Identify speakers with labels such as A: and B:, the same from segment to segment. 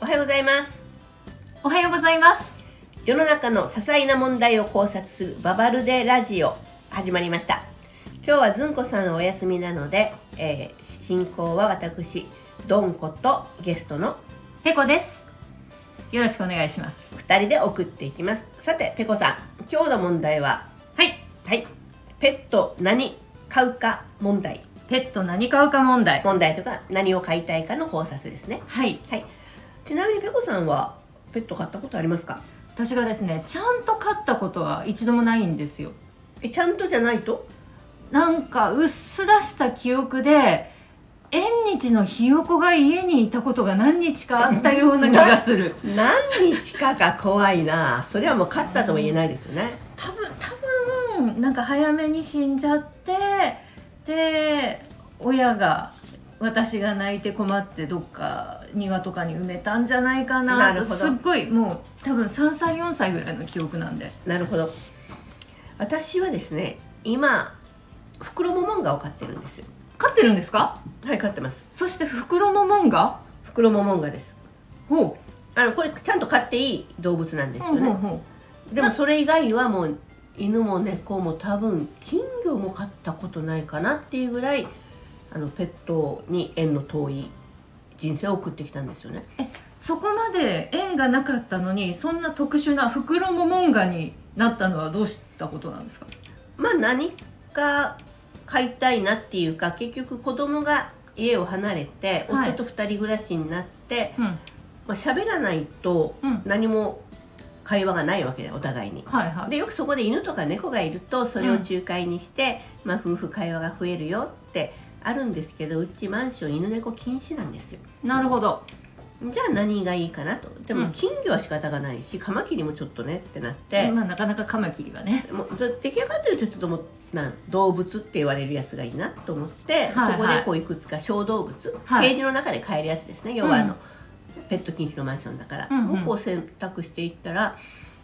A: はようございます
B: おはようございます。
A: 世の中の些細な問題を考察するババルデラジオ始まりました今日はずんこさんお休みなので、えー進行は私どんことゲストの
B: ペコです。よろしくお願いします。
A: 2人で送っていきますさてペコさん今日の問題は
B: はい。
A: はいペット何買うか問題
B: ペット何買うか問題。
A: 問題とか何を買いたいかの考察ですね
B: はい。
A: はいちなみにペコさんはペット買ったことありますか
B: 私がですね、ちゃんと飼ったことは一度もないんですよ。
A: えちゃんとじゃないと
B: なんかうっすらした記憶で、縁日のひよこが家にいたことが何日かあったような気がする。
A: 何日かが怖いなそれはもう勝ったとは言えないですよね
B: 多分、多分、なんか早めに死んじゃって、で、親が、私が泣いて困ってどっか庭とかに埋めたんじゃないかな
A: なるほど
B: すっごいもう多分3歳4歳ぐらいの記憶なんで
A: なるほど私はですね今袋モモンガを飼ってるんですよ
B: 飼ってるんですか
A: はい飼ってます
B: そして袋ももんが
A: 袋モモンガです
B: ほ
A: あのこれちゃんと飼っていい動物なんで
B: う
A: す
B: ほ
A: よ
B: うほう
A: ね
B: ほう
A: でもそれ以外はもう犬も猫も多分金魚も飼ったことないかなっていうぐらいあのペットに縁の遠い人生を送ってきたんですよね
B: そこまで縁がなかったのにそんな特殊な袋ももんがになったのはどうしたことなんですか
A: まあ何か買いたいなっていうか結局子供が家を離れて
B: はい
A: 夫と2人暮らしになって、
B: うん
A: まあ喋らないと
B: うん
A: 何も会話がないわけでお互いに。
B: はいはい
A: でよくそこで犬とか猫がいるとそれを仲介にして、まあ、夫婦会話が増えるよってあるんですけどうちマンション犬猫禁止なんですよ。
B: なるほど
A: じゃあ何がいいかなとで
B: う
A: も
B: ん
A: 金魚は仕方がないしカマキリもちょっとねってなって、
B: まあなかなかカマキリはね
A: もうど出来上がってるとちょっともうなん動物って言われるやつがいいなと思って、
B: はい
A: そこでこういくつか小動物、
B: はい
A: ケージの中で飼えるやつですね要はあの、ペット禁止のマンションだから、
B: うんうん
A: をこう選択していったら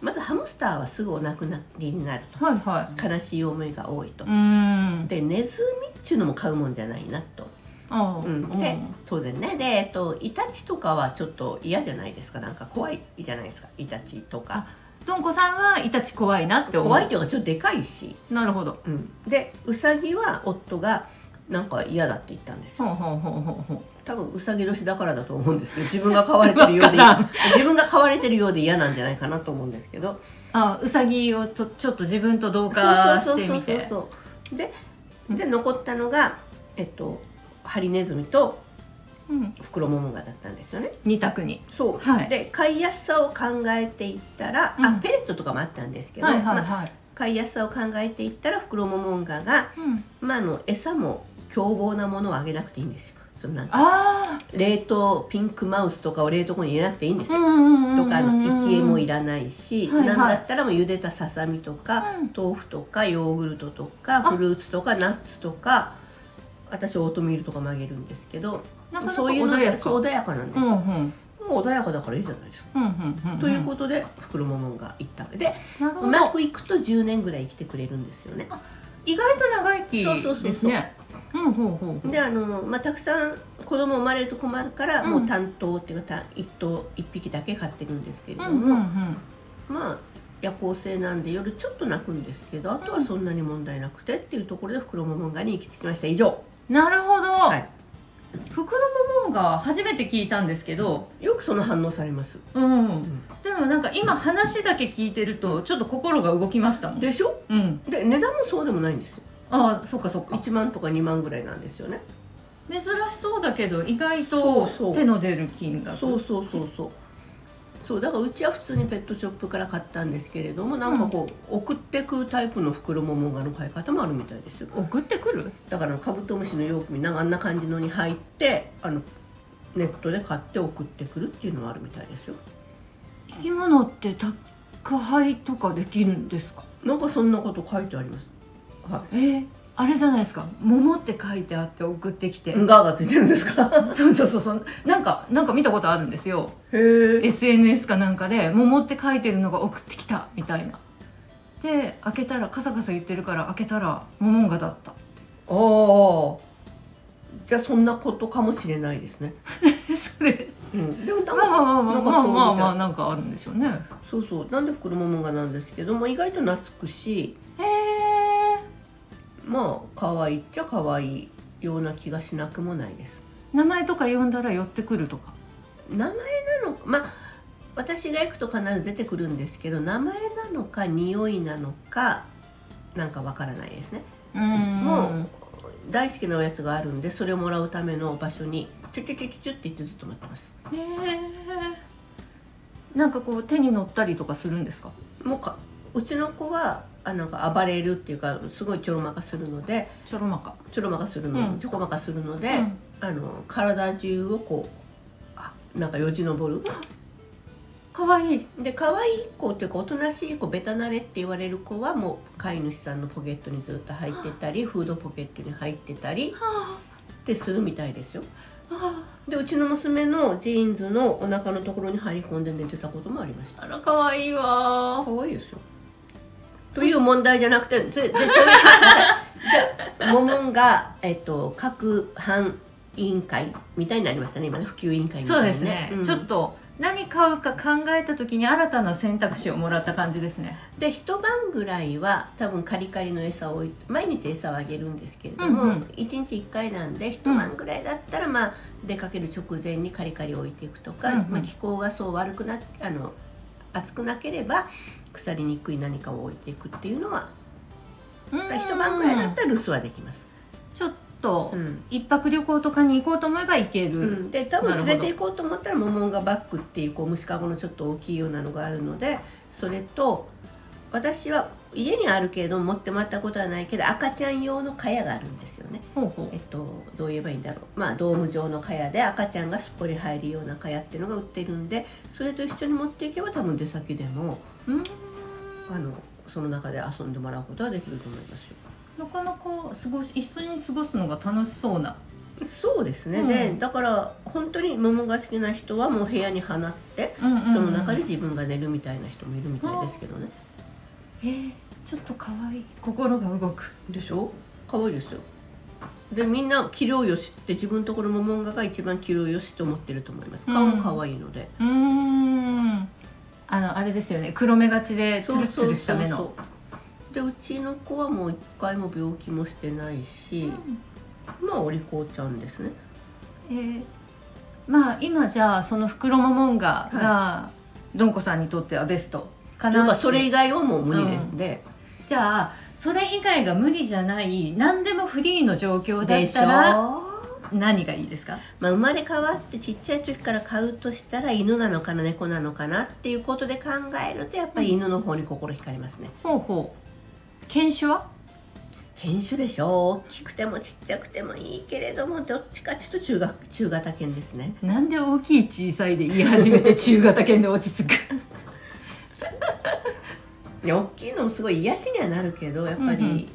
A: まずハムスターはすぐお亡くなりになると
B: はいはい
A: 悲しい思いが多いと、
B: うーん
A: でネズミっちゅうのも飼うもんじゃないなと、
B: ああ
A: うんで当然ねで、えっと、イタチとかはちょっと嫌じゃないですかなんか怖いじゃないですかイタチとか
B: どんこさんはイタチ怖いなって思う
A: 怖いというかちょっとでかいし。
B: なるほど
A: うん、でウサギは夫がなんか嫌だって言ったんですよ
B: ほうほうほうほうほ
A: 多分ウサギ年だからだと思うんですけど自分が飼われてるようで
B: わからん
A: 自分が飼われてるようで嫌なんじゃないかなと思うんですけど
B: ああウサギをとちょっと自分と同
A: そう
B: 化
A: そ
B: し
A: う
B: て
A: そう
B: み
A: そう
B: て
A: そうでで残ったのがえっとハリネズミと
B: うん
A: フクロモモンガだったんですよね
B: 二択に
A: そう、
B: はい
A: で飼いやすさを考えていったら、
B: う
A: あ
B: ん
A: ペレットとかもあったんですけど、
B: はいはい
A: まあ
B: はい、
A: 飼いやすさを考えていったらフクロモモンガが、
B: うん、
A: まあ、あの餌も凶暴なものをあげなくていいんですよそのなんか
B: あ
A: 冷凍ピンクマウスとかを冷凍庫に入れなくていいんです
B: あ
A: よ。とかあの生き餌もい
B: る
A: らないし、
B: はいはい
A: なんだったらもう茹でたささみとか、
B: うん
A: 豆腐とかヨーグルトとか
B: あ
A: フルーツとかナッツとか私オートミールとかもあげるんですけど
B: なかなか
A: そういうの
B: 穏やか
A: そう穏やかなんです
B: うんう
A: よ、
B: んうん
A: もう穏やかだからいいじゃないですか。
B: うんうん
A: ということで袋ももんがいったわけで
B: となる
A: う
B: ほ
A: ま
B: ど
A: くいくと10年ぐらい生きてくれるんですよね。
B: 意外と長生き
A: そうそうそうそう
B: ですねうんほうほうほう
A: であの、まあ、たくさん子供生まれると困るから、
B: うん
A: もう担当っていうかた一頭一匹だけ飼ってるんですけれども、
B: うんうんうん
A: まあ夜行性なんで夜ちょっと泣くんですけどあとはそんなに問題なくてっていうところで袋ももんがに行き着きました以上、
B: なるほど、
A: はい、
B: 袋ももんが初めて聞いたんですけど、
A: よくその反応されます
B: うん、でもなんか今話だけ聞いてるとちょっと心が動きましたもん
A: でしょ
B: うん、
A: で値段もそうでもないんですよ
B: ああそっかそっか
A: 1万とか2万ぐらいなんですよね
B: 珍しそうだけど意外
A: そう
B: と
A: そう
B: 手の出る金額
A: そうそうそうそうそうだからうちは普通にペットショップから買ったんですけれどもなんかこう、送ってくタイプの袋ももんがの買い方もあるみたいですよ
B: 送ってくる
A: だからカブトムシの容器になんかあんな感じのに入ってあのネットで買って送ってくるっていうのはあるみたいですよ
B: 生き物って宅配とかできるんですか
A: なんかそんなこと書いてありますは
B: えー、あれじゃないですか「桃」って書いてあって送ってきて、
A: いガーがついてるんです か
B: そうそうそうそうなんかなんか見たことあるんですよ
A: へえ
B: SNS かなんかで「桃」って書いてるのが送ってきたみたいなで開けたらカサカサ言ってるから開けたらモモンガだった
A: ああじゃあそんなことかもしれないですね
B: それ
A: うん、でもなん
B: まあ
A: か
B: まあまあまあまあまあまあ
A: なんかそうみ
B: なんかあるんでしょうね
A: たいそうそうなんで袋ももがなんですけども意外と懐くし
B: へえ
A: まあ可愛いっちゃ可愛いような気がしなくもないです
B: 名前とか呼んだら寄ってくるとか
A: 名前なのかまあ私が行くと必ず出てくるんですけど名前なのか匂いなのかなんかわからないですね
B: うーん
A: もう大好きなおやつがあるんでそれをもらうための場所にチュチュチュチュチュって言ってずっと待ってます
B: へえなんかこう手に乗ったりとかするんですか
A: もうかうちの子はあなんか暴れるっていうかすごいちょろまかするので
B: ちょろまか、
A: ちょろまかするの、
B: うん
A: ちょこまかするので、
B: うん
A: あの体中をこうあなんかよじ登る
B: かわいい
A: で可愛い子っていうかおとなしい子ベタ慣れって言われる子はもう飼い主さんのポケットにずっと入ってたりフードポケットに入ってたり
B: は
A: ってするみたいですよ
B: あは
A: でうちの娘のジーンズのお腹のところに入り込んで寝てたこともありました
B: ああらかわいいわ
A: 可愛いですよという問題じゃなくてででそれ じゃあモモンが、えっと、各班委員会みたいになりましたね今ね普及委員会みた
B: そ
A: いうな
B: ですね、
A: うん
B: ちょっと何買うか考えた時に新たな選択肢をもらった感じですね
A: で一晩ぐらいは多分カリカリの餌を置いて毎日餌をあげるんですけれど
B: うんう
A: も、
B: ん
A: 一1日1回なんで一晩ぐらいだったら、まあ、出かける直前にカリカリを置いていくとか、
B: うんうん
A: まあ、気候がそう悪くなあの暑くなければ腐りにくい何かを置いていくっていうのは、
B: う
A: ま
B: ん
A: あ一晩ぐらいだったら留守はできます。
B: ちょっと
A: うん
B: 一泊旅行とかに行こうと思えば行ける、
A: うん、で多分
B: なる
A: 連
B: ほど
A: れて行こうと思ったらモモンガバッグっていうこう虫かごのちょっと大きいようなのがあるのでそれと私は家にあるけど持ってもらったことはないけど赤ちゃん用の蚊帳があるんですよね。
B: ほうほ
A: えっと、どう言えばいいんだろう、まあ、ドーム状の蚊帳で赤ちゃんがすっぽり入るような蚊帳っていうのが売ってるんでそれと一緒に持っていけば多分出先でも
B: ううん
A: あのその中で遊んでもらうことはできると思いますよ。
B: なかなか過ごし一緒に過ごすのが楽しそうな
A: そうですね、
B: うん
A: でだから本当に桃が好きな人はもう部屋に放って
B: うんうんうん
A: その中で自分が寝るみたいな人もいるみたいですけどね。
B: えーちょっと可愛い心が動く
A: でしょ可愛いですよ。でみんな器量よしって自分のところもモンガが一番器量よしと思ってると思います。
B: うん
A: 顔も可愛いので。
B: うーんあのあれですよね黒目がちでツルツルした目の
A: う。でうちの子はもう一回も病気もしてないし、まあお利口ちゃんですね。
B: えーまあ今じゃあその袋ももんががどんこさんにとってはベストか
A: という
B: な
A: か
B: って
A: それ以外はもう無理なんで、
B: じゃあそれ以外が無理じゃない何でもフリーの状況だ
A: で
B: っ
A: した
B: ら
A: ょ
B: 何がいいですか
A: まあ、生まれ変わってちっちゃい時から飼うとしたら犬なのかな猫なのかなっていうことで考えるとやっぱり犬の方に心惹かれますね、
B: ほうほう犬種は
A: 犬種でしょ大きくてもちっちゃくてもいいけれどもどっちかちょっと中学中型犬ですね
B: なんで大きい小さいで言い始めて中型犬で落ち着く
A: いや大きいのもすごい癒しにはなるけどやっぱり、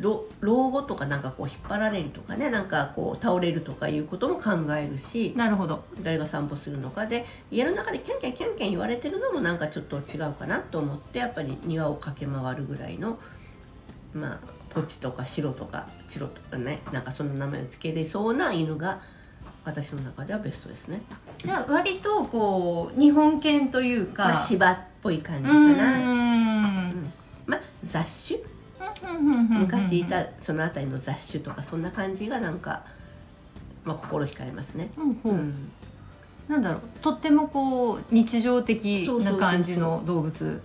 A: ろ老後とかなんかこう引っ張られるとかねなんかこう倒れるとかいうことも考えるし
B: なるほど
A: 誰が散歩するのかで家の中でキャンキャンキャンキャン言われてるのもなんかちょっと違うかなと思ってやっぱり庭を駆け回るぐらいのまあポチとか白とかチロとかねなんかその名前を付けれそうな犬が私の中ではベストですね。
B: じゃあ割とこう日本犬というか、
A: まあ芝っぽい感
B: う
A: じ
B: ー
A: かな。
B: ん
A: まあ雑種昔
B: 昔
A: いたその辺りの雑種とかそんな感じがなんか、まあ、心惹かれますね。
B: うん
A: う
B: う、
A: んん
B: なんだろうとってもこう日常的な感じの動物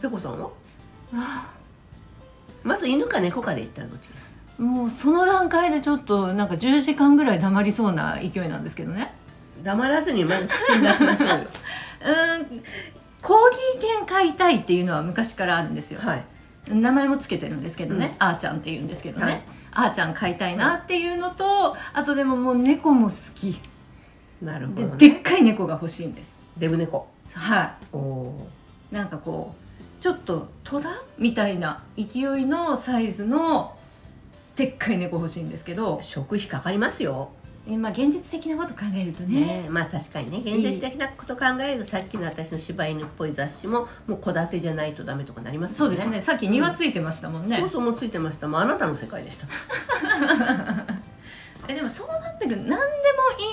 A: ペコさんは
B: あ
A: まず犬か猫かで言ったらどっちですか
B: あもうその段階でちょっとなんか10時間ぐらい黙りそうな勢いなんですけどね
A: 黙らずにまず口に出しましょう よ。
B: うーんコーギー犬飼いたいっていうのは昔からあるんですよ
A: はい。
B: 名前もつけてるんですけどね、あーちゃんって言うんですけどね、
A: はい
B: あーちゃん飼いたいなっていうのとあとでももう猫も好き
A: なるほ
B: で
A: ど、
B: で
A: ね。
B: っかい猫が欲しいんです
A: デブ猫。
B: は
A: おお
B: いなんかこうちょっと虎みたいな勢いのサイズのでっかい猫欲しいんですけど
A: ー。食費かかりますよ。
B: 今現実的なこと考えるとね
A: ねえ、まあ確かにね、現実的なこと考えると、さっきの私の柴犬っぽい雑誌も、もう戸建てじゃないとダメとかなります
B: そ
A: よ
B: う
A: ね。
B: ですね。さっき庭ついてましたもんね、
A: そうそうもうついてました。もうあなたの世界でした。
B: えでもそうなってくる何でも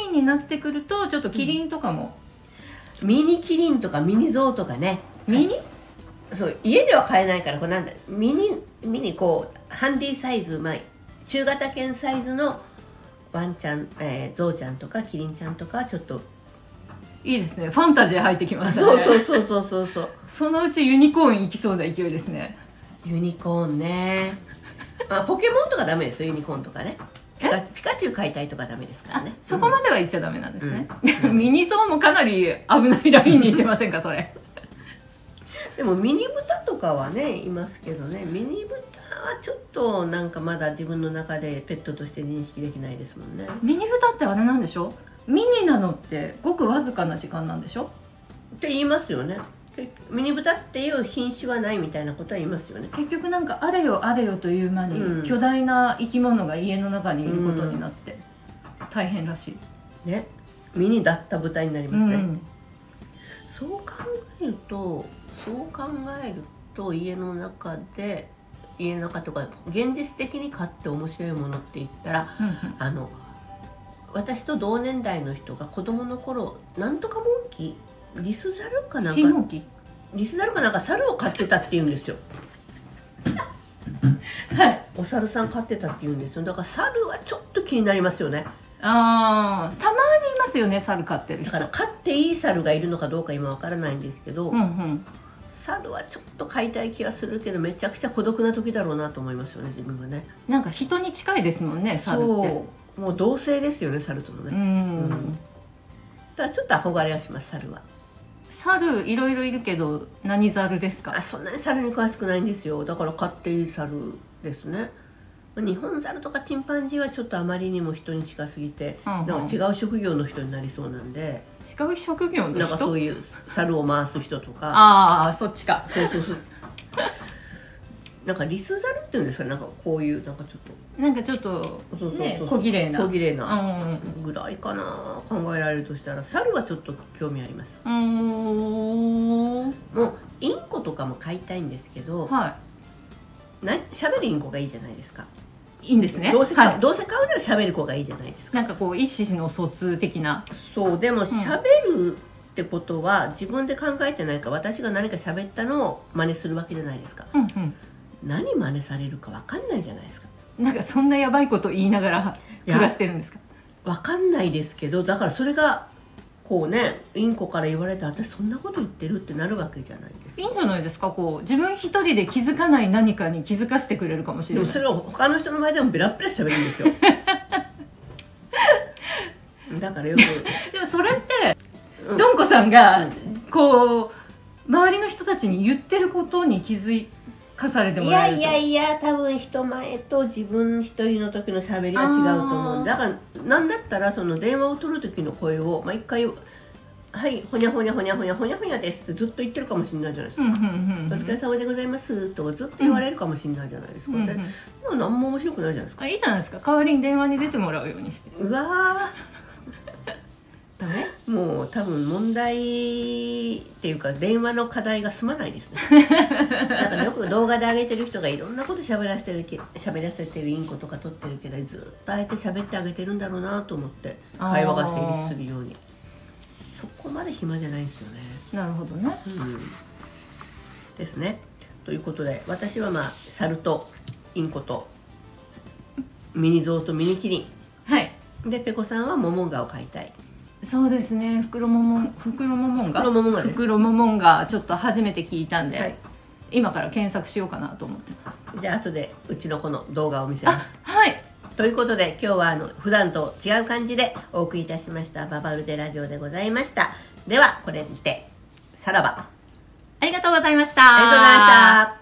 B: いいになってくるとちょっとキリンとかも、
A: ミニキリンとかミニゾウとかね
B: ミニ
A: そう家では買えないからこれなんだミニミニこうハンディサイズ、まあ、中型犬サイズのワンちゃん、えー、ゾウちゃんとかキリンちゃんとかはちょっと
B: いいですねファンタジー入ってきましたね
A: そうそうそうそうそうそう
B: そのうちユニコーン行きそうな勢いですね
A: ユニコーンね、まあ、ポケモンとかダメですよユニコーンとかねピカピカチュウ解体とかダメですから
B: あ
A: ね
B: そこまでは行っちゃダメなんですね、
A: うん
B: ミニゾウもかなり危ないラインに行ってませんかそれ
A: でもミニブタとかはねいますけどねミニブタはちょっとなんかまだ自分の中でペットとして認識できないですもんね
B: ミニフタってあれなんでしょミニなのってごくわずかな時間なんでしょ
A: って言いますよね結局ミニブタっていう品種はないみたいなことは言いますよね
B: 結局なんかあれよあれよという間に、
A: うん
B: 巨大な生き物が家の中にいることになって、大変らしい
A: ねミニだった豚になりますね、
B: うん
A: そう考えるとそう考えると家の中で家の中とか現実的に買って面白いものって言ったらあの私と同年代の人が子供の頃なんとかモンキーリスザルかなん
B: シーモ
A: か
B: ンキ
A: リスザルかなんか猿を飼ってたって言うんですよ
B: ーはい
A: お猿さん飼ってたって言うんですよだから猿はちょっと気になりますよね
B: あーたまにいますよね猿飼ってる
A: だ
B: 人
A: から飼っていい猿がいるのかどうか今わからないんですけど、
B: うんうん
A: 猿はちょっと飼いたい気がするけどめちゃくちゃ孤独な時だろうなと思いますよね自分がね
B: なんか人に近いですもんね猿って
A: そうもう同性ですよね猿ともね、
B: ん、
A: うんただちょっと憧れはします猿は
B: 猿いろいろいるけど何猿です
A: あ
B: か
A: そんなに猿に詳しくないんですよだから飼っていい猿ですねまあ日本猿とかチンパンジーはちょっとあまりにも人に近すぎて、
B: うんうん
A: なんか違う職業の人になりそうなんで、
B: 違う職業の
A: なんかそ
B: 人
A: ういう猿を回す人とか
B: ああそっちか
A: そうそうそうなんかリス猿っていうんですかなんかこういうなんかちょっと
B: なんかちょっと
A: そうそうそう
B: ね小綺麗な
A: 小綺麗な
B: うん
A: ぐらいかな考えられるとしたら猿はちょっと興味あります
B: うんうーん
A: もうインコとかも飼いたいんですけど
B: は
A: な喋るインコがいいじゃないですか、
B: いいいんですね
A: どうせ飼う、
B: はい、
A: どうせ飼うなら喋る子がいいじゃないですか
B: なんかこう意思の疎通的な
A: そうでも喋るってことは自分で考えてないから私が何か喋ったのを真似するわけじゃないですか
B: うんう
A: 何真似されるか分かんないじゃないですか
B: んなんかそんなやばいこと言いながら
A: いや
B: 暮らしてるんですか
A: 分かんないですけどだからそれがこうねインコから言われて私そんなこと言ってるってなるわけじゃないですか
B: いいんじゃないですかこう自分一人で気づかない何かに気づかせてくれるかもし
A: で
B: れ
A: も
B: ない
A: それを他の人の前でもベラッベラ喋るん ですよだからよく、
B: でもそれって
A: うん
B: どんこさんがこう周りの人たちに言ってることに気づかされて
A: い
B: も
A: や
B: らえると
A: いやいや多分人前と自分一人の時の喋りは違うと思うんだだからなんだったらその電話を取る時の声を毎回「はいほにゃほにゃほにゃほにゃほにゃほにゃです」ってずっと言ってるかもしれないじゃないです
B: う
A: か
B: んうんうんう
A: 「
B: ん
A: お疲れ様でございます」とかずっと言われるかもしれないじゃないですか、
B: うんう
A: で
B: ん
A: でも何も面白くないじゃないですか
B: あいいじゃないですか代わりに電話に出てもらうようにして
A: うわ
B: ダメ
A: ーもう多分問題っていうか電話の課題が済まない ですねだからよく動画で上げてる人がいろんなこと喋らせてるけ喋らせてるインコとか撮ってるけどずっとあえて喋ってあげてるんだろうなと思って
B: あー
A: 会話が成立するようにそこまで暇じゃないんですよね、
B: なるほどね
A: うん、ですねということで私はまあ猿とインコとミニゾウとミニキリ
B: はい
A: ンでペコさんはモモンガを飼いたい
B: そうですね袋ももん袋ももんが
A: 袋ももんがです
B: 袋ももんがちょっと初めて聞いたんで、
A: はい
B: 今から検索しようかなと思ってます
A: じゃあ後でうちの子の動画を見せます。
B: はい
A: ということで今日はあの普段と違う感じでお送りいたしましたババルデラジオでございました。ではこれにてさらば
B: ありがとうございました
A: ありがとうございました。